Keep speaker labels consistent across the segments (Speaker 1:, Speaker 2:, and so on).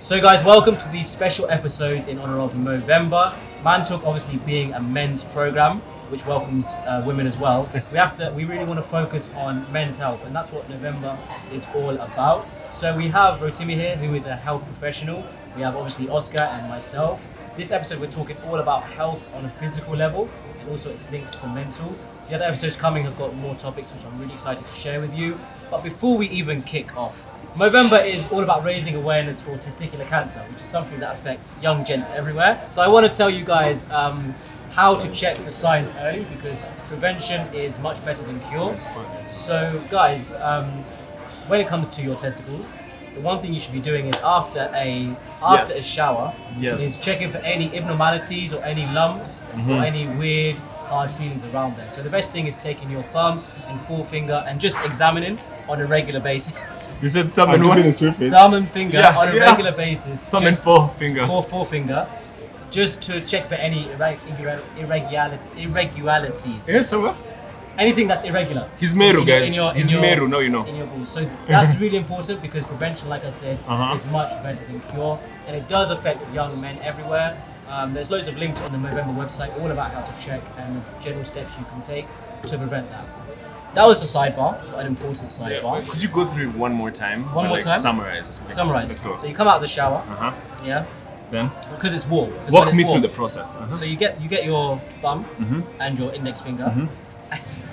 Speaker 1: So, guys, welcome to these special episodes in honor of Movember. Man Talk, obviously, being a men's program which welcomes uh, women as well. We have to. We really want to focus on men's health, and that's what November is all about. So we have Rotimi here, who is a health professional. We have obviously Oscar and myself. This episode, we're talking all about health on a physical level, and also its links to mental. The other episodes coming have got more topics, which I'm really excited to share with you. But before we even kick off, Movember is all about raising awareness for testicular cancer, which is something that affects young gents everywhere. So I want to tell you guys um, how to check for signs early because prevention is much better than cure. So guys, um, when it comes to your testicles, the one thing you should be doing is after a after a
Speaker 2: Yes.
Speaker 1: shower
Speaker 2: Yes. Mm-hmm.
Speaker 1: is checking for any abnormalities or any lumps or any weird hard feelings around there. So the best thing is taking your thumb and forefinger and just examining on a regular basis.
Speaker 2: You said thumb
Speaker 3: I'm
Speaker 2: and
Speaker 3: giving
Speaker 2: one,
Speaker 3: his surface.
Speaker 1: thumb and finger
Speaker 2: Yeah,
Speaker 1: on a
Speaker 2: yeah.
Speaker 1: regular basis.
Speaker 2: thumb and
Speaker 1: just
Speaker 2: four finger.
Speaker 1: fore- forefinger. Just to check for any irre- irre- irregulari- irregularities.
Speaker 2: Yes, sir. what?
Speaker 1: Anything that's irregular.
Speaker 2: He's Meru,
Speaker 1: In-
Speaker 2: guys.
Speaker 1: in your- in
Speaker 2: He's
Speaker 1: your-
Speaker 2: Meru, now you know.
Speaker 1: In your balls. So that's really important because prevention, like I said,
Speaker 2: Uh-huh.
Speaker 1: is much better than cure. And it does affect young men everywhere. Um, there's loads of links on the Movember website all about how to check and the general steps you can take to prevent that. That was the sidebar, but an important sidebar.
Speaker 2: Could you go through it one more time?
Speaker 1: One
Speaker 2: Or,
Speaker 1: more
Speaker 2: like,
Speaker 1: time?
Speaker 2: Summarize. Okay,
Speaker 1: Summarize.
Speaker 2: Let's go.
Speaker 1: So you come out of the shower,
Speaker 2: Uh huh.
Speaker 1: yeah,
Speaker 2: Then
Speaker 1: because it's warm. 'cause when
Speaker 2: walk
Speaker 1: it's
Speaker 2: me
Speaker 1: warm-
Speaker 2: through the process. Uh-huh.
Speaker 1: So you get you get your thumb
Speaker 2: Mm-hmm.
Speaker 1: and your index finger.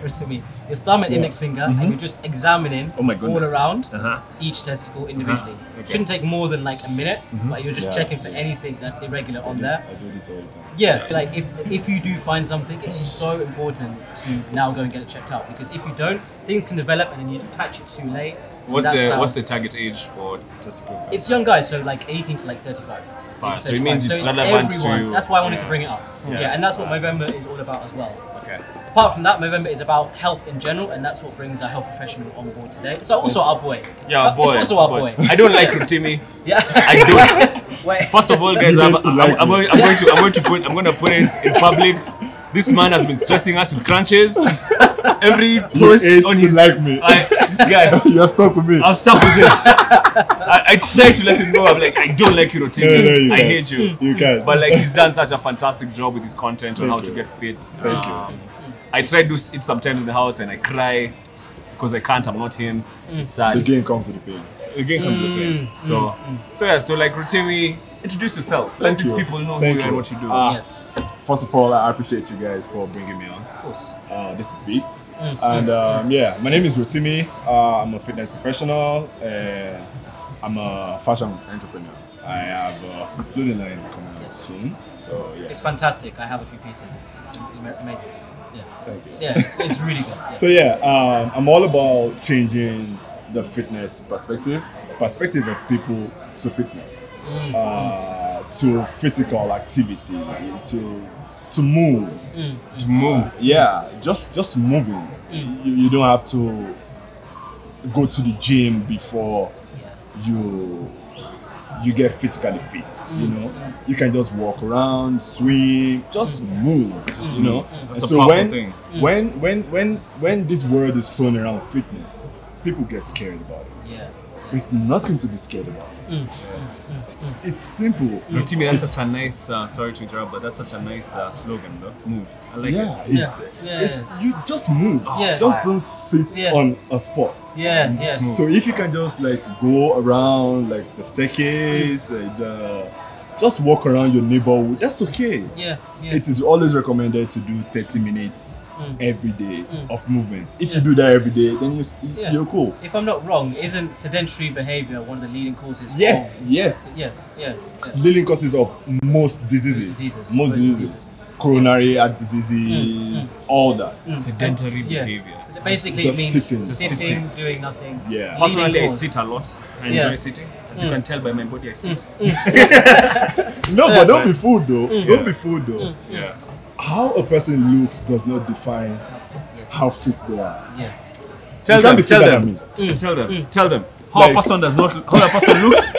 Speaker 1: Listen to me. Your thumb and index finger, and you're just examining
Speaker 2: Mm-hmm. Oh my
Speaker 1: all
Speaker 2: goodness.
Speaker 1: around
Speaker 2: Uh-huh.
Speaker 1: each testicle individually.
Speaker 2: Okay. Mm-hmm.
Speaker 1: Shouldn't take more than like a minute, but you're just
Speaker 3: Yeah.
Speaker 1: checking for anything that's irregular on there.
Speaker 3: I do this all the time.
Speaker 1: Yeah, like if if you do find something, it's so important to now go and get it checked out because if you don't, things can develop and then you attach it too late. and
Speaker 2: What's
Speaker 1: that's
Speaker 2: the
Speaker 1: how-
Speaker 2: what's the target age for testicle cancer?
Speaker 1: It's young guys, so like 18 to like 35.
Speaker 2: Fine,
Speaker 1: 35.
Speaker 2: so it means it's relevant to-
Speaker 1: everyone. That's why I wanted to
Speaker 2: yeah.
Speaker 1: bring it up. Yeah.
Speaker 2: Yeah.
Speaker 1: and that's what Movember is all about as well.
Speaker 2: okay.
Speaker 1: Apart from that, Movember is about health in general, and that's what brings our health professional on board today. So also our boy.
Speaker 2: Yeah,
Speaker 1: Uh,
Speaker 2: boy.
Speaker 1: It's also our boy.
Speaker 2: I don't like Rotimi.
Speaker 1: Yeah.
Speaker 2: I don't.
Speaker 1: Wait.
Speaker 2: First of all, guys,
Speaker 3: You
Speaker 2: I'm,
Speaker 3: need to
Speaker 2: I'm,
Speaker 3: like
Speaker 2: I'm,
Speaker 3: me.
Speaker 2: going, I'm going to I'm going to put I'm going to put it in public. This man has been stressing us with crunches. Every post
Speaker 3: hate
Speaker 2: on
Speaker 3: to
Speaker 2: his
Speaker 3: like me.
Speaker 2: I, this guy.
Speaker 3: you are stuck with me.
Speaker 2: I'm stuck with it. I, I try to let him know. I'm like, I don't like you, Rotimi.
Speaker 3: No, no, you
Speaker 2: I
Speaker 3: don't.
Speaker 2: hate you.
Speaker 3: You can.
Speaker 2: But like, he's done such a fantastic job with his content on how
Speaker 3: Thank
Speaker 2: to
Speaker 3: you.
Speaker 2: get fit. Um,
Speaker 3: Thank you.
Speaker 2: I try to do it sometimes in the house, and I cry because I can't. I'm not him.
Speaker 1: Mm.
Speaker 2: It's
Speaker 3: the
Speaker 2: sad.
Speaker 3: game comes with the pain.
Speaker 2: Again comes with pain. So, so yeah. So like, Rotimi, introduce yourself. Let
Speaker 3: Thank
Speaker 2: these
Speaker 3: you.
Speaker 2: people know who you are
Speaker 3: Thank
Speaker 2: and
Speaker 3: you.
Speaker 2: what you do.
Speaker 3: Ah.
Speaker 1: Yes,
Speaker 3: First of all, I appreciate you guys for bringing me on.
Speaker 1: of course.
Speaker 3: Uh, this is big.
Speaker 2: Mm.
Speaker 3: And um, yeah, my name is Rotimi. Uh, I'm a fitness professional. And I'm a fashion entrepreneur. I have a clothing line coming out soon. So yeah,
Speaker 1: It's fantastic. I have a few pieces. It's, it's ama- amazing. Yeah.
Speaker 3: thank you.
Speaker 1: Yeah, it's, it's really good. Yeah.
Speaker 3: So yeah, um, I'm all about changing the fitness perspective, perspective of people to fitness, uh, to physical activity, to to move.
Speaker 2: to move.
Speaker 3: Yeah, just just moving. You, you don't have to go to the gym before
Speaker 1: yeah.
Speaker 3: you you get physically fit. You know, you can just walk around, swim, just move. you know, and
Speaker 2: That's a
Speaker 3: so
Speaker 2: powerful
Speaker 3: when
Speaker 2: thing.
Speaker 3: when when when when this word is thrown around fitness, people get scared about it.
Speaker 1: Yeah.
Speaker 3: It's nothing to be scared about. It's, it's simple.
Speaker 2: Rotimi, that's such a nice. Uh, sorry to interrupt, but that's such a nice uh, slogan, though. Move. I like
Speaker 3: Yeah,
Speaker 2: it.
Speaker 3: it's,
Speaker 1: Yeah.
Speaker 3: it's you just move.
Speaker 1: Yeah.
Speaker 3: Just don't sit
Speaker 1: Yeah.
Speaker 3: on a spot.
Speaker 1: Yeah. Yeah.
Speaker 2: Just move.
Speaker 3: So if you can just like go around like the
Speaker 1: Hmm.
Speaker 3: staircase, like the, just walk around your neighborhood, that's okay.
Speaker 1: Yeah. Yeah.
Speaker 3: It is always recommended to do 30 minutes
Speaker 1: Mm.
Speaker 3: every day
Speaker 1: Mm.
Speaker 3: of movement. If
Speaker 1: Yeah.
Speaker 3: you do that every day, then you, s-
Speaker 1: Yeah.
Speaker 3: you're cool.
Speaker 1: if I'm not wrong, isn't sedentary behavior one of the leading causes?
Speaker 3: Yes,
Speaker 1: Of, Oh.
Speaker 3: yes.
Speaker 1: yeah. Yeah. yeah.
Speaker 3: Leading causes of most diseases.
Speaker 1: Most diseases.
Speaker 3: Most
Speaker 1: Most
Speaker 3: diseases.
Speaker 1: diseases. Hmm.
Speaker 3: Coronary heart diseases, all that.
Speaker 2: Sedentary
Speaker 1: Yeah.
Speaker 2: behavior.
Speaker 1: So that basically
Speaker 3: Just
Speaker 1: it means
Speaker 3: sitting.
Speaker 1: sitting,
Speaker 3: Just
Speaker 2: sitting.
Speaker 1: doing nothing.
Speaker 3: Yeah.
Speaker 1: leaning
Speaker 2: Personally, I
Speaker 1: doors.
Speaker 2: sit a lot. I
Speaker 1: Yeah.
Speaker 2: enjoy sitting. As you can tell by my body, I sit.
Speaker 3: No, but don't
Speaker 2: Right.
Speaker 3: be fooled though.
Speaker 1: Hmm.
Speaker 3: Don't be
Speaker 2: Yeah.
Speaker 3: fooled though.
Speaker 2: Yeah.
Speaker 3: How a person looks does not define
Speaker 1: Yeah.
Speaker 3: how fit they are.
Speaker 1: Yeah.
Speaker 2: Tell
Speaker 3: You can't
Speaker 2: them.
Speaker 3: be
Speaker 2: Tell
Speaker 3: fitter
Speaker 2: them. Mm. Tell them. Tell them. How
Speaker 3: Like-
Speaker 2: a person does not. How a person looks.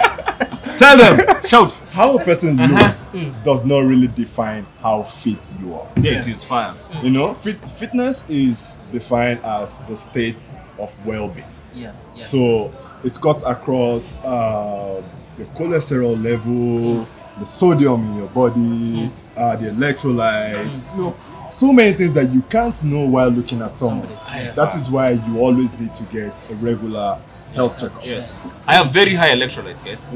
Speaker 2: tell them. Shout.
Speaker 3: How a person
Speaker 2: Uh-huh.
Speaker 3: looks does not really define how fit you are.
Speaker 2: There it is. Fire.
Speaker 3: You know, fit, fitness is defined as the state of well being.
Speaker 1: Yeah. Yeah.
Speaker 3: So it cuts across uh, the cholesterol
Speaker 2: Mm.
Speaker 3: level, the sodium in your body, uh, the electrolytes,
Speaker 2: Mm.
Speaker 3: you know, so many things that you can't know while looking at someone.
Speaker 1: Somebody.
Speaker 2: Yeah.
Speaker 3: That is why you always need to get a regular health checkup.
Speaker 2: Yes. I have very high electrolytes, guys.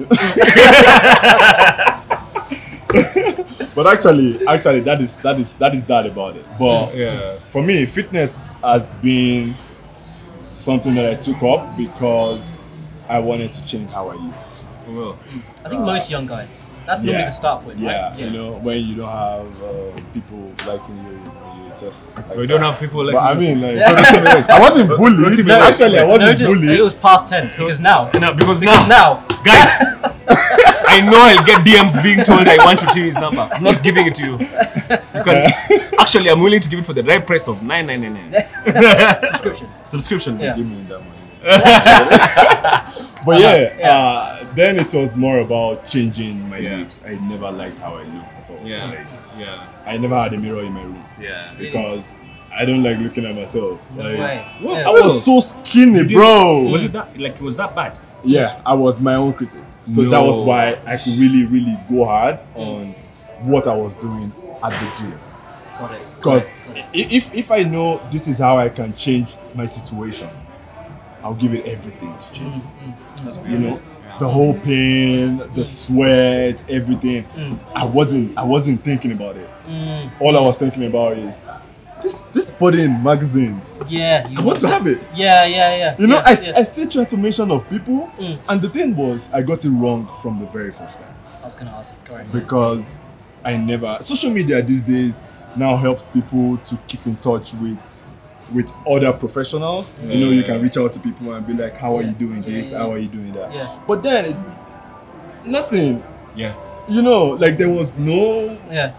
Speaker 3: But actually, actually, that is that is that is that about it.
Speaker 2: Mm.
Speaker 3: But
Speaker 2: Yeah.
Speaker 3: for me, fitness has been something that I took up because I wanted to change how I look.
Speaker 2: For real.
Speaker 1: I think most young guys. That's normally the start point,
Speaker 3: Yeah,
Speaker 1: right?
Speaker 3: you know, when you don't have uh, people liking you, you just. Like
Speaker 2: We don't have people like
Speaker 3: But I
Speaker 2: you.
Speaker 3: mean, like, I wasn't
Speaker 2: Don't you
Speaker 3: bullied.
Speaker 2: be like-
Speaker 3: actually, I
Speaker 1: No,
Speaker 3: wasn't
Speaker 1: just
Speaker 3: bullied.
Speaker 1: it was past tense because now,
Speaker 2: No, because now,
Speaker 1: because now,
Speaker 2: guys, I know I'll get DMs being told I want to change his number. I'm not giving it to you. You can, actually, I'm willing to give it for the right price of nine nine nine nine
Speaker 1: subscription.
Speaker 2: subscription.
Speaker 1: Yeah.
Speaker 3: Give me that money.
Speaker 1: Uh-huh.
Speaker 3: but yeah, Uh, then it was more about changing my
Speaker 2: Yeah.
Speaker 3: looks. I never liked how I looked at all.
Speaker 2: Yeah.
Speaker 3: Like,
Speaker 2: Yeah.
Speaker 3: I never had a mirror in my room
Speaker 2: Yeah.
Speaker 3: because I don't like looking at myself. like,
Speaker 1: way.
Speaker 2: Whoa.
Speaker 1: Yeah.
Speaker 3: I was so skinny, bro.
Speaker 2: Was it that like it was that bad?
Speaker 3: Yeah, I was my own critic. So that was
Speaker 2: No. Mm.
Speaker 3: why I could really, really go hard on what I was doing at the gym.
Speaker 1: Got it.
Speaker 3: Because if, if I know this is how I can change my situation, I'll give it everything to change it.
Speaker 2: Mm.
Speaker 3: You know, the whole pain, the sweat, everything.
Speaker 2: Mm.
Speaker 3: I wasn't I wasn't thinking about it. All I was thinking about is this this body in magazines.
Speaker 1: Yeah. You
Speaker 3: I want to have it.
Speaker 1: Yeah, yeah, yeah.
Speaker 3: You know,
Speaker 1: yeah,
Speaker 3: I,
Speaker 1: yeah.
Speaker 3: I see transformation of people,
Speaker 1: Mm.
Speaker 3: and the thing was, I got it wrong from the very first time
Speaker 1: I was gonna ask. Correct.
Speaker 3: because I never social media these days now helps people to keep in touch with with other professionals. You know, you can reach out to people and be like, "How are you doing
Speaker 1: Yeah,
Speaker 3: this?
Speaker 1: yeah.
Speaker 3: How are you doing that?"
Speaker 1: Yeah.
Speaker 3: But then it, nothing.
Speaker 2: Yeah.
Speaker 3: You know, like there was no
Speaker 1: Yeah.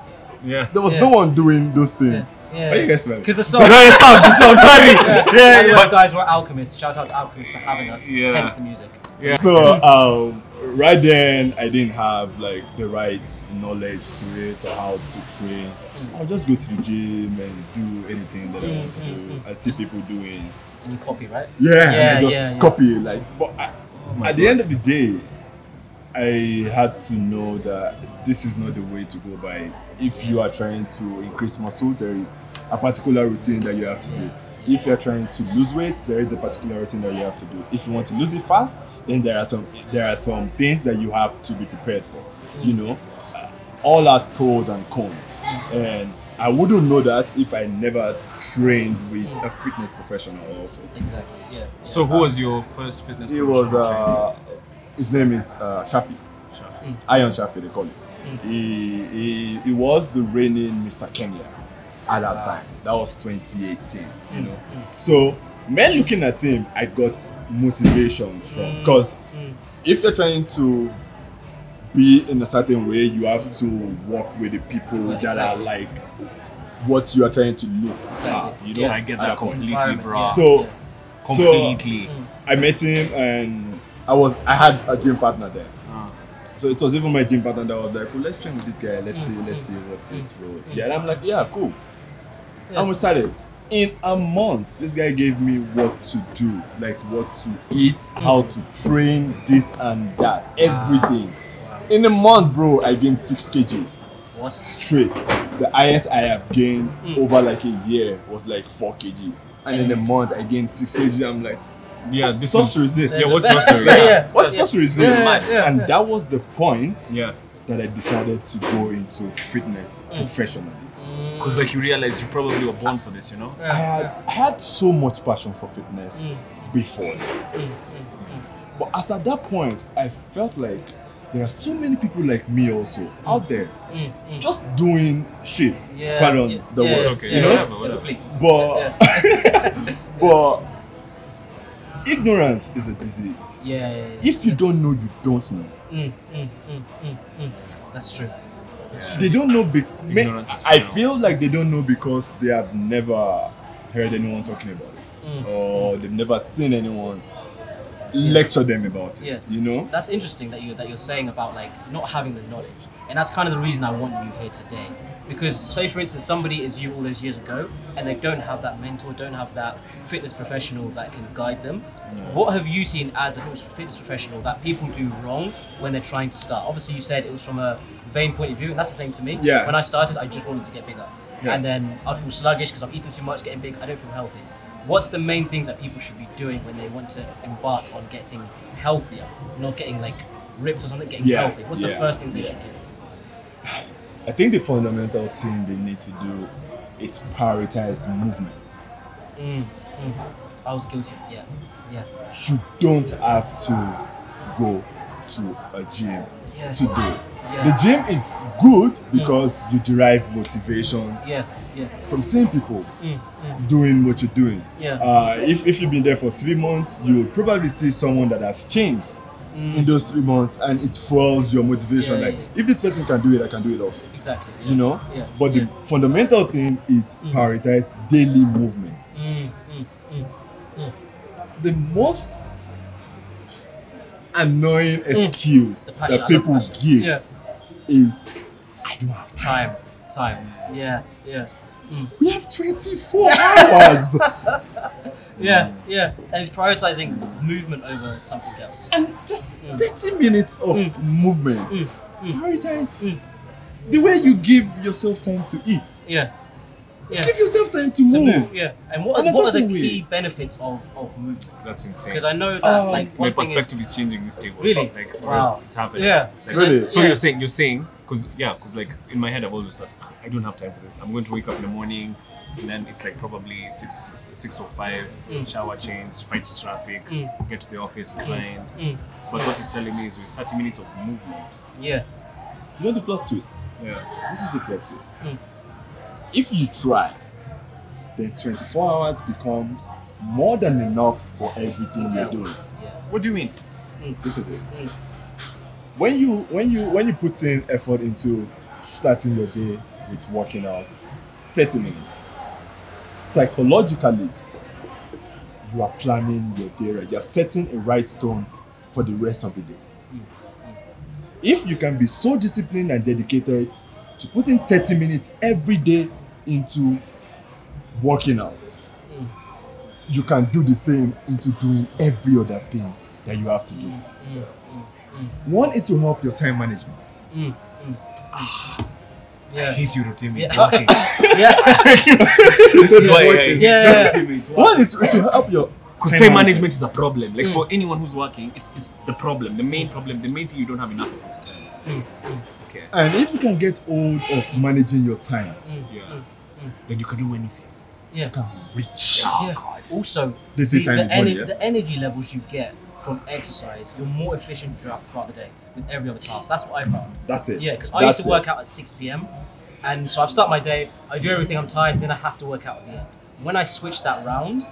Speaker 2: Yeah.
Speaker 3: there was
Speaker 1: Yeah.
Speaker 3: no one doing those
Speaker 1: Yeah.
Speaker 3: things.
Speaker 1: yeah.
Speaker 3: Are you guys smelling?
Speaker 1: Because the song.
Speaker 2: No, it's up, it's up, sorry. Yeah,
Speaker 1: yeah,
Speaker 2: But,
Speaker 1: guys were alchemists. Shout out to alchemists for having us.
Speaker 2: Yeah.
Speaker 1: Hence the music.
Speaker 2: yeah.
Speaker 3: so um, right then i didn't have like the right knowledge to it or how to train i'll just go to the gym and do anything that i want to do i see people doing
Speaker 1: And you copy, right?
Speaker 3: yeah,
Speaker 1: Yeah,
Speaker 3: and i just
Speaker 1: yeah, yeah.
Speaker 3: copy it like but I,
Speaker 2: my
Speaker 3: at the end of the day i had to know that this is not the way to go by it if you are trying to increase muscle there is a particular routine that you have to do if you're trying to lose weight there is a particular routine that you have to do if you want to lose it fast then there are some there are some things that you have to be prepared for you know Uh, all has pros and cons and i wouldn't know that if i never trained with a fitness professional also
Speaker 1: Exactly. Yeah.
Speaker 2: So who was your first fitness?
Speaker 3: he was
Speaker 2: professional
Speaker 3: uh, his name is uh, Shafi,
Speaker 2: trainer? Shafi.
Speaker 3: Iron Shafi they call him. He, he he was the reigning Mr. Kenya at that time. That was 2018, you know. So men looking at him, I got motivations from because if you're trying to be in a certain way, you have to work with the people that are
Speaker 1: Exactly.
Speaker 3: like what you are trying to look at.
Speaker 1: Exactly.
Speaker 3: You know,
Speaker 2: Yeah, I get
Speaker 3: at
Speaker 2: that
Speaker 3: point.
Speaker 2: completely,
Speaker 1: Environment,
Speaker 2: bro.
Speaker 1: yeah.
Speaker 3: So.
Speaker 1: Yeah.
Speaker 2: completely.
Speaker 3: I met him and I was I had a gym partner there.
Speaker 1: Mm.
Speaker 2: Ah.
Speaker 3: So it was even my gym partner that was like, well, let's train with this guy, let's see, let's see what's it road. Yeah, and I'm like, yeah, cool.
Speaker 1: Mm, Yeah.
Speaker 3: And we started. In a month, this guy gave me what to do, like what to eat, how
Speaker 1: Mm.
Speaker 3: to train, this and that, everything. In a month, bro, I gained six kgs
Speaker 1: What?
Speaker 3: straight. The highest I have gained over like a year was like four kg, and in a
Speaker 1: Mm. Yes.
Speaker 3: month I gained six kg. I'm like,
Speaker 2: Yeah,
Speaker 3: What's
Speaker 2: this
Speaker 3: sorcery
Speaker 2: is
Speaker 3: is this?
Speaker 2: Yeah, what's
Speaker 1: There's a-
Speaker 2: sorcery?
Speaker 1: Yeah,
Speaker 2: Yeah.
Speaker 1: yeah.
Speaker 3: What's sorcery is this?
Speaker 1: Yeah, yeah, yeah.
Speaker 3: and that was the point
Speaker 2: Yeah.
Speaker 3: that I decided to go into fitness professionally.
Speaker 2: Because like you realize you probably were born for this, you know?
Speaker 3: I had, I had so much passion for fitness before. that. But as at that point, I felt like there are so many people like me also out there just doing shit.
Speaker 1: Yeah.
Speaker 3: Pardon
Speaker 1: yeah,
Speaker 3: the Oh.
Speaker 1: yeah,
Speaker 3: word.
Speaker 2: It's okay,
Speaker 1: Yeah,
Speaker 3: You know?
Speaker 2: whatever, whatever.
Speaker 1: Complete.
Speaker 3: But but ignorance is a disease.
Speaker 1: Yeah. yeah, yeah.
Speaker 3: If you don't know, you don't know.
Speaker 1: Mm, mm, mm, mm, mm. That's true.
Speaker 3: They don't know. Be- ma-
Speaker 2: Ignorance is
Speaker 3: I
Speaker 2: fear.
Speaker 3: feel like they don't know because they have never heard anyone talking about it, or they've never seen anyone lecture them about it.
Speaker 1: Yeah.
Speaker 3: You know,
Speaker 1: That's interesting that you that you're saying about like not having the knowledge, and that's kind of the reason I want you here today Because say for instance somebody is you all those years ago and they don't have that mentor, don't have that fitness professional that can guide them. What have you seen as a fitness fitness professional that people do wrong when they're trying to start? Obviously you said it was from a vain point of view, and that's the same for me.
Speaker 3: Yeah.
Speaker 1: When I started I just wanted to get bigger.
Speaker 3: Yeah.
Speaker 1: And then I'd feel sluggish because I'm eating too much, getting big, I don't feel healthy. What's the main things that people should be doing when they want to embark on getting healthier, not getting like ripped or something, getting
Speaker 3: Yeah,
Speaker 1: healthy? What's the
Speaker 3: yeah,
Speaker 1: first things they
Speaker 3: yeah.
Speaker 1: should do?
Speaker 3: I think the fundamental thing they need to do is prioritize movement.
Speaker 1: Mm, mm. I was guilty. Yeah, yeah.
Speaker 3: You don't have to go to a gym
Speaker 1: Yes.
Speaker 3: to do it.
Speaker 1: Yeah.
Speaker 3: The gym is good because you derive motivations
Speaker 1: Yeah, yeah.
Speaker 3: from seeing people
Speaker 1: Mm, mm.
Speaker 3: doing what you're doing.
Speaker 1: Yeah.
Speaker 3: Uh, if, if you've been there for three months, you'll probably see someone that has changed in those three months and it fuels your motivation.
Speaker 1: Mm. Yeah,
Speaker 3: like,
Speaker 1: yeah,
Speaker 3: if this person can do it, I can do it also.
Speaker 1: Exactly. Yeah.
Speaker 3: You know?
Speaker 1: Yeah.
Speaker 3: But
Speaker 1: yeah.
Speaker 3: the fundamental thing is prioritize daily movement.
Speaker 1: Mm, mm, mm.
Speaker 3: The most annoying excuse
Speaker 1: Mm. The passion.
Speaker 3: that
Speaker 1: I love
Speaker 3: people
Speaker 1: passion.
Speaker 3: give
Speaker 1: Yeah.
Speaker 3: is I don't have time.
Speaker 1: Time. Time. Yeah. Yeah. Mm.
Speaker 3: We have 24 hours. Mm.
Speaker 1: Yeah. Yeah. And it's prioritizing movement over something else.
Speaker 3: and just
Speaker 1: Mm.
Speaker 3: 30 minutes of
Speaker 1: Mm.
Speaker 3: movement.
Speaker 1: Mm. Mm.
Speaker 3: Prioritize
Speaker 1: Mm.
Speaker 3: the way you give yourself time to eat.
Speaker 1: Yeah. Yeah.
Speaker 3: Give yourself time to,
Speaker 1: To
Speaker 3: move.
Speaker 1: move. Yeah. And what,
Speaker 3: And there's
Speaker 1: what are the
Speaker 3: nothing
Speaker 1: key benefits of of movement?
Speaker 2: That's insane.
Speaker 1: Because I know that
Speaker 3: Um,
Speaker 1: like
Speaker 2: My
Speaker 1: one thing is-
Speaker 2: perspective is, changing this table.
Speaker 1: Really?
Speaker 2: Like, for
Speaker 1: Wow.
Speaker 2: real, It's happening.
Speaker 1: Yeah.
Speaker 2: Like,
Speaker 3: Really?
Speaker 2: So
Speaker 1: Yeah.
Speaker 2: you're saying you're saying because yeah, because like in my head I've always thought "Ah, I don't have time for this. I'm going to wake up in the morning, and then it's like probably six six, six or five,
Speaker 1: Mm.
Speaker 2: shower change, fight traffic,
Speaker 1: Mm.
Speaker 2: get to the office, grind.
Speaker 1: Mm.
Speaker 2: But what he's telling me is with 30 minutes of movement.
Speaker 1: Yeah.
Speaker 3: You know the plot twist?
Speaker 2: Yeah.
Speaker 3: This is the plot twist.
Speaker 1: Mm.
Speaker 3: If you try, then 24 hours becomes more than enough for everything you're doing.
Speaker 1: Yeah.
Speaker 2: What do you mean?
Speaker 3: This is it.
Speaker 1: Mm.
Speaker 3: When you when you when you put in effort into starting your day with working out 30 minutes, psychologically, you are planning your day right. You're setting a right tone for the rest of the day.
Speaker 1: Mm.
Speaker 3: If you can be so disciplined and dedicated to putting 30 minutes every day into working out,
Speaker 1: Mm.
Speaker 3: you can do the same into doing every other thing that you have to do.
Speaker 1: Mm.
Speaker 3: One, it will help your time management.
Speaker 1: Mm. Mm.
Speaker 2: I
Speaker 1: Yeah.
Speaker 2: hate you, routine. It's
Speaker 1: Yeah.
Speaker 2: working.
Speaker 1: Yeah.
Speaker 2: this is why. I
Speaker 3: working.
Speaker 2: hate
Speaker 1: Yeah.
Speaker 2: you, routine, it's
Speaker 3: One, it, it will help your
Speaker 2: Because time management is a problem. Like
Speaker 1: Mm.
Speaker 2: for anyone who's working, it's, it's the problem, the main problem, the main thing you don't have enough of is time.
Speaker 1: Mm. Mm.
Speaker 2: Okay.
Speaker 3: And if you can get hold of managing your time,
Speaker 1: Mm.
Speaker 2: Yeah.
Speaker 1: Mm.
Speaker 2: Then you can do anything.
Speaker 1: Yeah.
Speaker 2: Rich. Oh
Speaker 1: Yeah.
Speaker 2: God.
Speaker 1: Also,
Speaker 3: They say time is money,
Speaker 1: ener-
Speaker 3: yeah?
Speaker 1: the energy levels you get from exercise, you're more efficient throughout, throughout the day with every other task. That's what I found.
Speaker 3: that's it.
Speaker 1: Yeah, because I used
Speaker 3: That's
Speaker 1: to work out at 6 p.m. And so I've started my day, I do everything, I'm tired, then I have to work out at the end. When I switch that round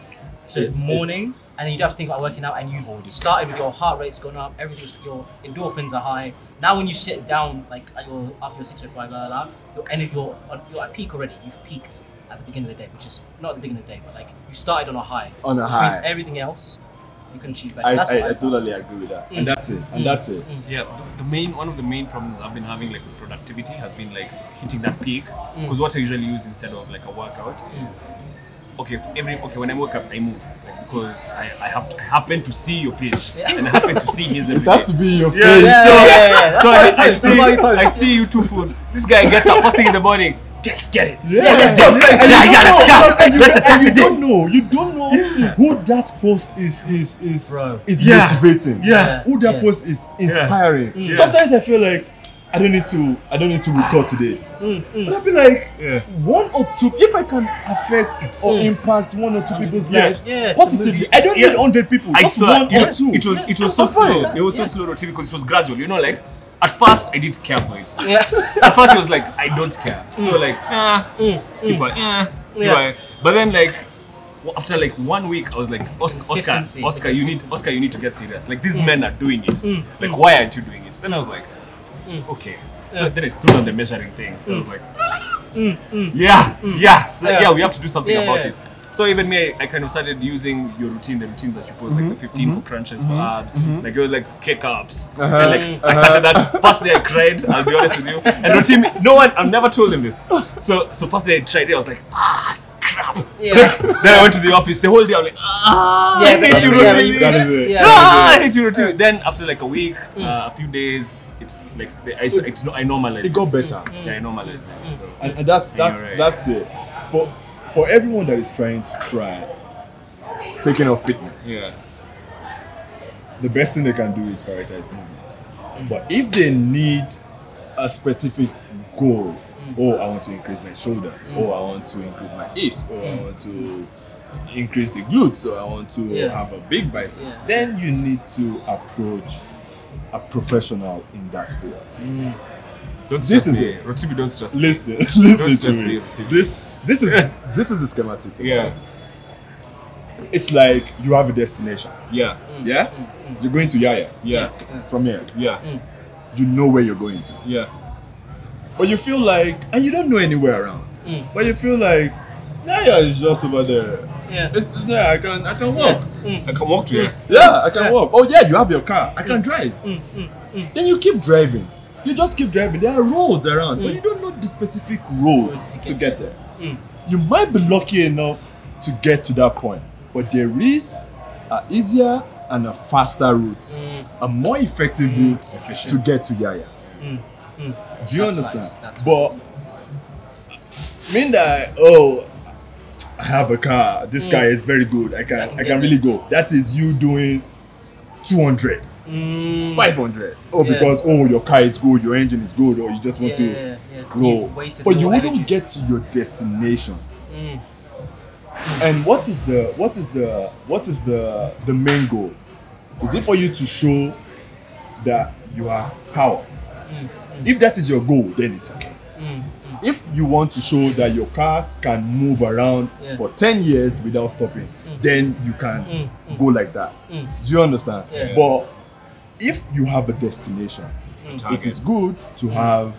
Speaker 1: to
Speaker 3: It's-
Speaker 1: morning, and then you don't have to think about working out, and you've started with your heart rate's gone up, everything's, your endorphins are high. Now when you sit down, like at your, after oh your 6.05 alarm, your energy, you're, on- you're at peak already, you've peaked at the beginning of the day, which is not at the beginning of the day, but like you started on a high.
Speaker 3: On a
Speaker 1: which
Speaker 3: high.
Speaker 1: means everything else you can achieve better.
Speaker 3: I,
Speaker 1: That's what
Speaker 3: I, I
Speaker 1: found.
Speaker 3: totally agree with that.
Speaker 1: Mm.
Speaker 3: And that's it. And that's it.
Speaker 2: Yeah, the, the main one of the main problems I've been having like with productivity has been like hitting that peak. Because what I usually use instead of like a workout is okay. If every okay when I wake up, I move like, because I, I have to I happen to see your page
Speaker 1: Yeah.
Speaker 2: and I happen to see his.
Speaker 3: It has to be in your
Speaker 2: Yeah,
Speaker 3: face.
Speaker 1: Yeah,
Speaker 2: so,
Speaker 1: yeah, yeah, yeah. That's
Speaker 2: so
Speaker 1: why we
Speaker 2: I, I
Speaker 1: post,
Speaker 2: see
Speaker 1: that's why we post.
Speaker 2: I see you two fools. This guy gets up first thing in the morning. Let's get it.
Speaker 3: Yeah,
Speaker 2: let's go.
Speaker 3: yeah, and
Speaker 2: Yeah,
Speaker 3: you
Speaker 2: yeah,
Speaker 3: don't
Speaker 2: let's
Speaker 3: know,
Speaker 2: go.
Speaker 3: and you
Speaker 2: That's
Speaker 3: don't-
Speaker 2: a
Speaker 3: and you
Speaker 2: tough day.
Speaker 3: don't know, you don't know who that post is is is
Speaker 1: Bro.
Speaker 3: is
Speaker 2: Yeah.
Speaker 3: motivating.
Speaker 2: Yeah.
Speaker 3: who that
Speaker 1: Yeah.
Speaker 3: post is inspiring.
Speaker 2: Yeah.
Speaker 3: Sometimes I feel like I don't need to I don't need to record today.
Speaker 1: Mm, mm.
Speaker 3: But I'll be like
Speaker 2: Yeah.
Speaker 3: one or two. If I can affect or impact one or two people's
Speaker 2: yeah.
Speaker 3: lives
Speaker 1: Yeah.
Speaker 3: positively, I don't
Speaker 2: Yeah.
Speaker 3: need hundred people.
Speaker 2: I
Speaker 3: just
Speaker 2: saw
Speaker 3: one
Speaker 2: you know,
Speaker 3: or two.
Speaker 2: it was it was so
Speaker 3: Yeah.
Speaker 2: slow. It was so slow routine because it was gradual. You know, like at first I didn't care for it.
Speaker 1: Yeah.
Speaker 2: At first it was like I don't care. So like ah, people ah, people
Speaker 1: Mm. Yeah.
Speaker 2: ah. But then like w- after like one week I was like Oscar
Speaker 1: Consistency.
Speaker 2: Oscar, Oscar you need
Speaker 1: Consistency. Mm.
Speaker 2: Oscar you need to get serious. Like these men are doing it. Like why aren't you doing it? Then I was like okay.
Speaker 1: Mm. Yeah.
Speaker 2: So
Speaker 1: Mm.
Speaker 2: then I stood on the measuring thing. I was like yeah yeah. So then,
Speaker 1: Yeah.
Speaker 2: yeah we have to do something
Speaker 1: Mm. Yeah,
Speaker 2: about
Speaker 1: yeah.
Speaker 2: it. So even me, I, I kind of started using your routine, the routines that you post,
Speaker 3: Mm-hmm.
Speaker 2: like the 15 for crunches, for abs, like you like kick ups.
Speaker 3: Uh-huh.
Speaker 2: And like I started that first day I cried. I'll be honest with you. And routine, no one, I've never told him this. So so first day I tried it, I was like, ah, crap.
Speaker 1: Yeah.
Speaker 2: Then I went to the office. The whole day I'm like, ah,
Speaker 1: Yeah,
Speaker 2: I hate
Speaker 1: that's
Speaker 2: you,
Speaker 1: the- yeah,
Speaker 2: routine.
Speaker 3: that is it. Mm.
Speaker 1: Yeah.
Speaker 2: Ah, I hate you, routine. Then after like a week, uh, a few days, it's like the, I, it's, I normalized.
Speaker 3: It got better.
Speaker 2: Yeah, I normalized
Speaker 3: Mm.
Speaker 2: it. So.
Speaker 3: and, and that's
Speaker 2: Yeah,
Speaker 3: that's
Speaker 2: you're right.
Speaker 3: that's it for for everyone that is trying to try taking off fitness
Speaker 2: Yeah.
Speaker 3: the best thing they can do is prioritize movement but if they need a specific goal oh i want to increase my shoulder oh i want to increase my hips or i want to increase the glutes or i want to
Speaker 1: Yeah.
Speaker 3: have a big biceps
Speaker 1: Yeah.
Speaker 3: then you need to approach a professional in that field
Speaker 2: Don't
Speaker 3: This
Speaker 2: stress
Speaker 3: is
Speaker 2: me.
Speaker 3: it.
Speaker 2: Rotimi, don't stress me.
Speaker 3: listen listen
Speaker 2: stress
Speaker 3: to me
Speaker 2: me, Steve.
Speaker 3: this this is this is the schematic
Speaker 2: Yeah,
Speaker 3: it's like you have a destination.
Speaker 2: yeah,
Speaker 3: Yeah? You're going to Yaya
Speaker 2: yeah,
Speaker 3: from here.
Speaker 2: yeah,
Speaker 3: You know where you're going to.
Speaker 2: yeah.
Speaker 3: But you feel like, and you don't know anywhere around. But you feel like Yaya is just over there.
Speaker 1: Yeah.
Speaker 3: It's just there. I can I can walk. Yeah,
Speaker 2: I can walk to here.
Speaker 3: I can walk. Oh yeah, you have your car. I can drive. Then you keep driving. You just keep driving. There are roads around, but you don't know the specific road
Speaker 1: Roads to
Speaker 3: to
Speaker 1: get
Speaker 3: get there. You might be lucky enough to get to that point, but there is a easier and a faster route, a more effective route
Speaker 2: Efficient.
Speaker 3: to get to Yaya. Do you
Speaker 1: That's
Speaker 3: understand?
Speaker 1: facts, that's
Speaker 3: but mean that oh, I have a car.
Speaker 1: Hmm.
Speaker 3: This guy is very good. I can I can,
Speaker 1: get
Speaker 3: really go. That is you doing 200
Speaker 1: Mm.
Speaker 3: 500 oh
Speaker 1: Yeah.
Speaker 3: because oh your car is good your engine is good or you just want
Speaker 1: Yeah,
Speaker 3: to
Speaker 1: yeah, yeah.
Speaker 3: roll
Speaker 1: You've wasted
Speaker 3: but you
Speaker 1: more
Speaker 3: wouldn't
Speaker 1: energy.
Speaker 3: get to your destination
Speaker 1: Mm.
Speaker 3: and what is the what is the what is the the main goal is it for you to show that you have power if that is your goal then it's okay
Speaker 1: Mm.
Speaker 3: if you want to show that your car can move around
Speaker 1: Yeah.
Speaker 3: for 10 years without stopping then you can
Speaker 1: Mm,
Speaker 3: go like that
Speaker 1: Mm.
Speaker 3: do you understand
Speaker 1: Yeah.
Speaker 3: but if you have a destination it
Speaker 2: Hmm. Target.
Speaker 3: is good to have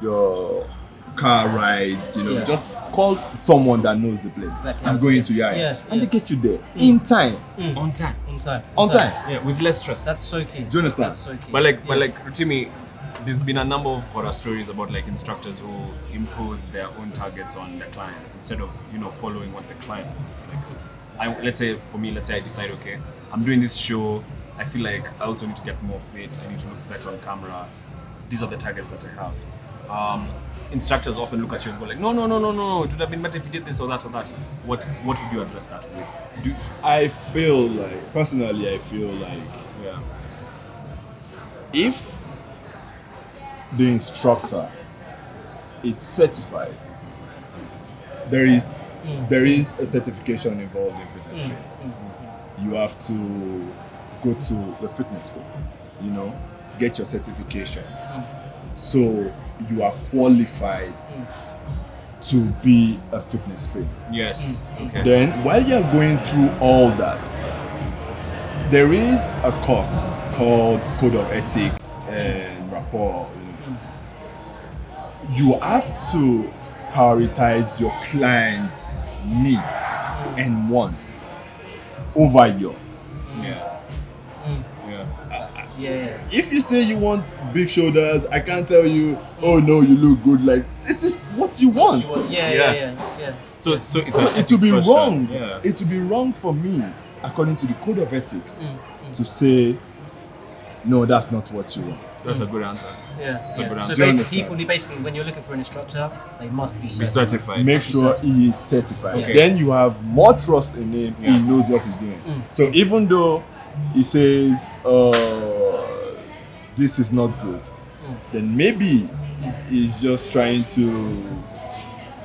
Speaker 3: your car rides you know
Speaker 1: Yeah.
Speaker 3: just call someone that knows the place
Speaker 1: Exactly.
Speaker 3: i'm going to Yaya
Speaker 1: Yeah,
Speaker 3: and they
Speaker 1: yeah.
Speaker 3: get you there in time
Speaker 2: on time.
Speaker 1: On time.
Speaker 3: on time
Speaker 2: Hmm. Yeah, with less stress.
Speaker 1: That's so key.
Speaker 3: Do you understand?
Speaker 1: That's so key.
Speaker 2: but like, but like, Rotimi, there's been a number of horror stories about like instructors who impose their own targets on their clients instead of you know following what the client wants. Like, I let's say for me, let's say I decide, okay, I'm doing this show. I feel like I also need to get more fit. I need to look better on camera. These are the targets that I have. Um, instructors often look at you and go like, no, no, no, no, no. It would have been better if you did this or that or that. What what would you address that with? Do,
Speaker 3: i feel like personally i feel like
Speaker 2: yeah.
Speaker 3: if the instructor is certified there is there is a certification involved in fitness training you have to go to the fitness school you know get your certification so you are qualified to be a fitness trainer
Speaker 2: Yes.
Speaker 3: Mm.
Speaker 2: Okay.
Speaker 3: then while you're going through all that there is a course called code of ethics and rapport you, know. You have to prioritize your clients needs and wants over yours
Speaker 2: Yeah.
Speaker 3: Mm.
Speaker 2: Yeah.
Speaker 1: yeah, yeah.
Speaker 3: if you say you want big shoulders i can't tell you oh no you look good like it is what you want
Speaker 1: You want- yeah, yeah,
Speaker 2: Yeah.
Speaker 1: yeah, yeah.
Speaker 2: So, so it's
Speaker 3: So
Speaker 2: a-
Speaker 3: it will be
Speaker 2: question.
Speaker 3: wrong.
Speaker 2: Yeah.
Speaker 3: It will be wrong for me, according to the code of ethics,
Speaker 1: Mm,
Speaker 3: to say, no, that's not what you want.
Speaker 2: That's a good answer.
Speaker 1: Yeah.
Speaker 2: a
Speaker 1: yeah.
Speaker 2: good
Speaker 1: So
Speaker 2: answer.
Speaker 3: Do you
Speaker 1: basically,
Speaker 3: understand?
Speaker 1: people need- basically when you're looking for an instructor, they must be
Speaker 2: Be
Speaker 1: certified.
Speaker 2: certified.
Speaker 3: Make sure he is certified.
Speaker 1: Okay.
Speaker 3: Then you have more trust in him.
Speaker 2: Yeah.
Speaker 3: He knows what he's doing. So even though he says, uh, this is not good, then maybe he's just trying to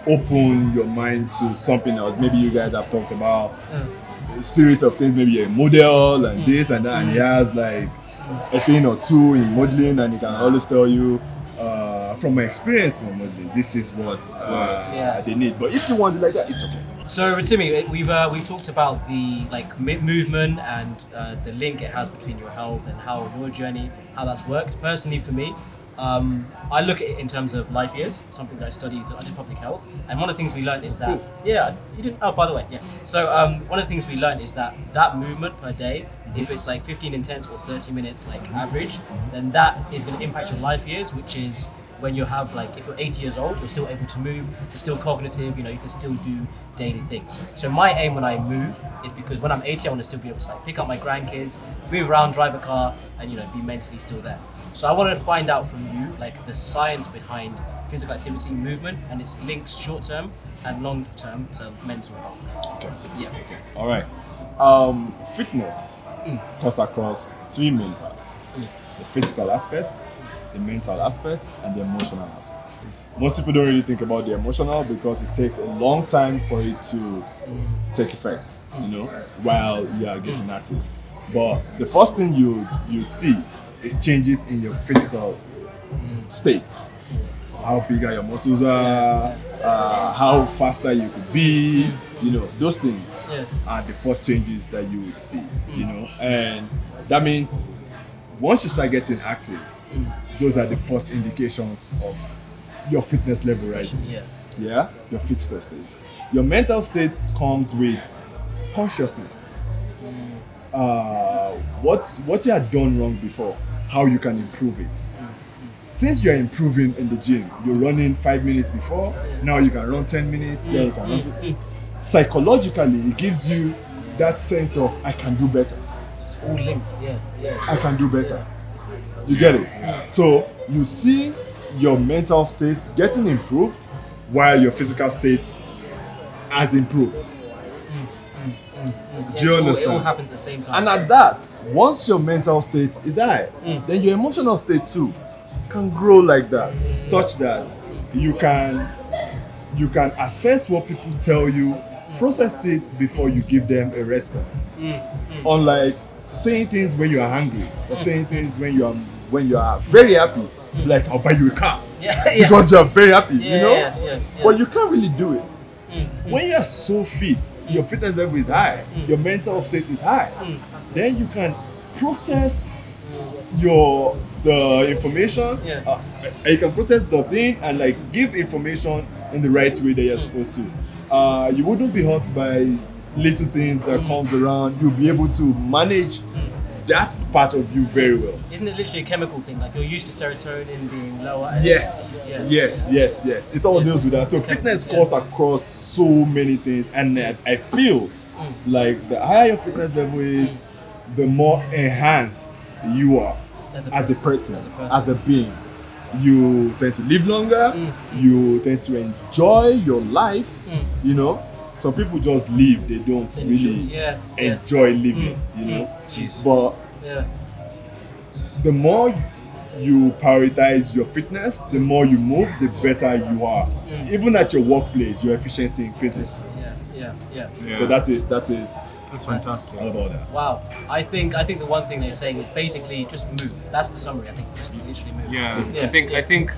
Speaker 3: open your mind to something else. Maybe you guys have talked about
Speaker 1: Mm.
Speaker 3: series of things. Maybe you're a model and this and that, and he has like a thing or two in modeling, and he can always tell you uh, from my experience from modeling, this is what uh,
Speaker 2: Works.
Speaker 1: Yeah.
Speaker 3: they need. But if you want it like that, it's okay.
Speaker 1: So Ritimi, we've uh, we've talked about the like mi- movement and uh, the link it has between your health and how your journey, how that's worked. Personally, for me, Um, I look at it in terms of life years, something that I studied. I did public health, and one of the things we learned is that yeah, you did. Oh, by the way, yeah. So um, one of the things we learned is that that movement per day, if it's like 15 intense or 30 minutes like average, then that is going to impact your life years, which is when you have like if you're 80 years old, you're still able to move, you're still cognitive, you know, you can still do daily things. So my aim when I move is because when I'm 80, I want to still be able to like pick up my grandkids, move around, drive a car, and you know, be mentally still there. So I wanted to find out from you like the science behind physical activity, movement, and its links short term and long term to mental health.
Speaker 3: Okay.
Speaker 1: Yeah.
Speaker 3: All right. Um, fitness cuts across three main parts
Speaker 1: Hmm.
Speaker 3: the physical aspect, the mental aspect, and the emotional aspect. Most people don't really think about the emotional because it takes a long time for it to take effect, you know, while you are getting active. But the first thing you you'd see is changes in your physical state how bigger your muscles are, uh, how faster you could be, you know, those things
Speaker 1: Yeah.
Speaker 3: are the first changes that you would see, you know, and that means once you start getting active, those are the first indications of your fitness level rising
Speaker 1: Yeah.
Speaker 3: yeah your physical state your mental state comes with consciousness uh, what what you had done wrong before how you can improve it since you're improving in the gym you're running five minutes before now you can run 10 minutes yeah you can run
Speaker 1: Mm.
Speaker 3: fif- psychologically it gives you that sense of i can do better
Speaker 1: It's all linked. Yeah. Yeah.
Speaker 3: I can do better. You get it? So you see your mental state getting improved while your physical state has improved.
Speaker 1: Yeah,
Speaker 3: Do you
Speaker 1: it's all- It all
Speaker 3: understand?
Speaker 1: happens at the same time.
Speaker 3: And at that, once your mental state is high, then your emotional state too can grow like that, such that you can you can assess what people tell you, process it before you give them a response. Unlike saying things when you are angry or saying things when you are when you are very happy, like I'll buy you a car
Speaker 1: yeah. Yeah.
Speaker 3: because you are very happy,
Speaker 1: Yeah,
Speaker 3: you know.
Speaker 1: yeah, yeah, yeah. Mm,
Speaker 3: But you can't really do it. When you are so fit, your fitness level is high,
Speaker 1: Mm.
Speaker 3: your mental state is high, then you can process your the information.
Speaker 1: Yeah.
Speaker 3: uh, and you can process the thing and like give information in the right way that you're
Speaker 1: Mm.
Speaker 3: supposed to. Uh, you wouldn't be hurt by little things
Speaker 1: Mm.
Speaker 3: that comes around. You'll be able to manage that part of you very well.
Speaker 1: Isn't it literally a chemical thing? Like you're used to serotonin being lower. and-
Speaker 3: Yes,
Speaker 1: Yeah.
Speaker 3: yes, yes, yes. It all deals with that. So fitness
Speaker 1: yeah.
Speaker 3: goes across so many things, and I, I feel
Speaker 1: Mm.
Speaker 3: like the higher your fitness level is, the more enhanced you are
Speaker 1: As
Speaker 3: as
Speaker 1: a
Speaker 3: a,
Speaker 1: person,
Speaker 3: person,
Speaker 1: as
Speaker 3: as
Speaker 1: a person.
Speaker 3: a,
Speaker 1: Mm.
Speaker 3: being. You tend to live longer. You tend to enjoy your life. You know, some people just live; they don't really
Speaker 1: Yeah. Mm. Yeah.
Speaker 3: enjoy living. You know,
Speaker 2: Jeez.
Speaker 3: but
Speaker 1: Yeah.
Speaker 3: the more you prioritize your fitness, the more you move, the better you are.
Speaker 2: Mm.
Speaker 3: Even at your workplace, your efficiency increases.
Speaker 1: Yeah. Yeah. Yeah.
Speaker 2: Yeah.
Speaker 3: So that Oh. is that is
Speaker 2: That's fantastic.
Speaker 3: all about that.
Speaker 1: Wow. I think I think the one thing they're saying is basically just move. That's the summary. I think just literally move.
Speaker 2: Yeah,
Speaker 1: Yeah.
Speaker 2: I think I think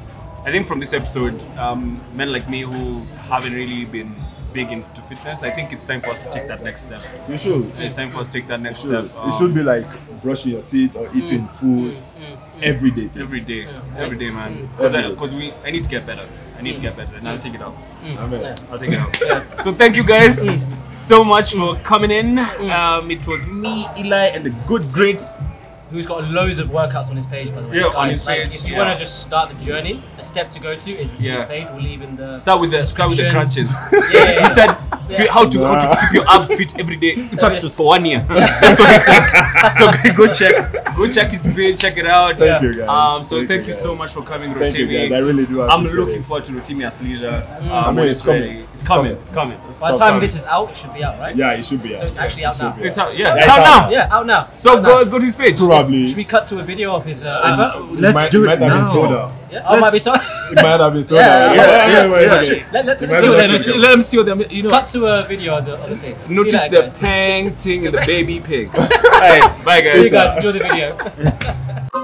Speaker 2: I think from this episode, um, men like me who haven't really been big into fitness, I think it's time for us to take that next step.
Speaker 3: You should. You
Speaker 2: It's time for us to take that next
Speaker 3: should.
Speaker 2: step.
Speaker 3: It should be like brushing your teeth or eating
Speaker 2: Mm.
Speaker 3: food every day.
Speaker 2: every day, every day, man.
Speaker 3: Every day.
Speaker 2: Because we, I need to get better. I need to get better, and I'll take it out.
Speaker 3: Amen.
Speaker 1: Yeah.
Speaker 2: I'll take it out. so thank you guys so much for coming in. Um, it was me, Eli, and the good greats.
Speaker 1: Who's got loads of workouts on his page, by the way.
Speaker 2: Yeah, on
Speaker 1: Guys,
Speaker 2: his
Speaker 1: like,
Speaker 2: page,
Speaker 1: If you
Speaker 2: yeah.
Speaker 1: want to just start the journey, the step to go to is visit his
Speaker 2: Yeah.
Speaker 1: page. We'll leave in the
Speaker 2: Start with the start with the crunches.
Speaker 1: descriptions. Yeah, yeah,
Speaker 2: He said
Speaker 1: Yeah.
Speaker 2: how to how
Speaker 3: Nah.
Speaker 2: to keep your abs fit every day. In fact, it was for one year. That's what he said. So go check, go check his page, check it out.
Speaker 3: Thank you, guys.
Speaker 2: Um, so thank,
Speaker 3: Thank
Speaker 2: you
Speaker 3: you,
Speaker 2: so
Speaker 3: guys.
Speaker 2: much for coming, Rotimi.
Speaker 3: Thank you guys. I really do.
Speaker 2: I'm
Speaker 3: appreciate
Speaker 2: looking
Speaker 3: it.
Speaker 2: forward to Rotimi Athleisure. Um,
Speaker 3: I mean,
Speaker 2: when
Speaker 3: it's coming.
Speaker 2: ready. It's
Speaker 3: It's
Speaker 2: coming.
Speaker 3: coming.
Speaker 2: It's coming. It's
Speaker 1: By the time this is out, it should be out, right?
Speaker 3: Yeah, it should be.
Speaker 1: So it's actually out now.
Speaker 2: It's out. Yeah,
Speaker 3: Yeah,
Speaker 2: it's
Speaker 3: it's
Speaker 2: out now.
Speaker 3: out.
Speaker 1: Yeah, out now.
Speaker 2: So
Speaker 1: Out
Speaker 2: go
Speaker 1: now.
Speaker 2: go to his page.
Speaker 3: Probably.
Speaker 1: Should we cut to a video of his uh, advert?
Speaker 3: It
Speaker 2: Let's
Speaker 3: might,
Speaker 2: do it
Speaker 3: might have
Speaker 2: now.
Speaker 3: been soda.
Speaker 1: Yeah, I might be sorry.
Speaker 3: It might have been soda.
Speaker 1: Yeah, yeah,
Speaker 3: But
Speaker 2: yeah,
Speaker 3: anyway,
Speaker 2: yeah.
Speaker 3: it's okay.
Speaker 1: Let, let,
Speaker 3: It
Speaker 1: let,
Speaker 3: might
Speaker 1: see
Speaker 3: be
Speaker 1: what they
Speaker 3: like
Speaker 1: look
Speaker 2: Let him,
Speaker 3: Let's-
Speaker 2: see- let him see what them. You know,
Speaker 1: Cut to a video of the, of the thing. See you
Speaker 2: notice
Speaker 1: later,
Speaker 2: the
Speaker 1: guys.
Speaker 2: pang ting in the baby pig. All right, bye guys.
Speaker 1: See you guys. Enjoy the video.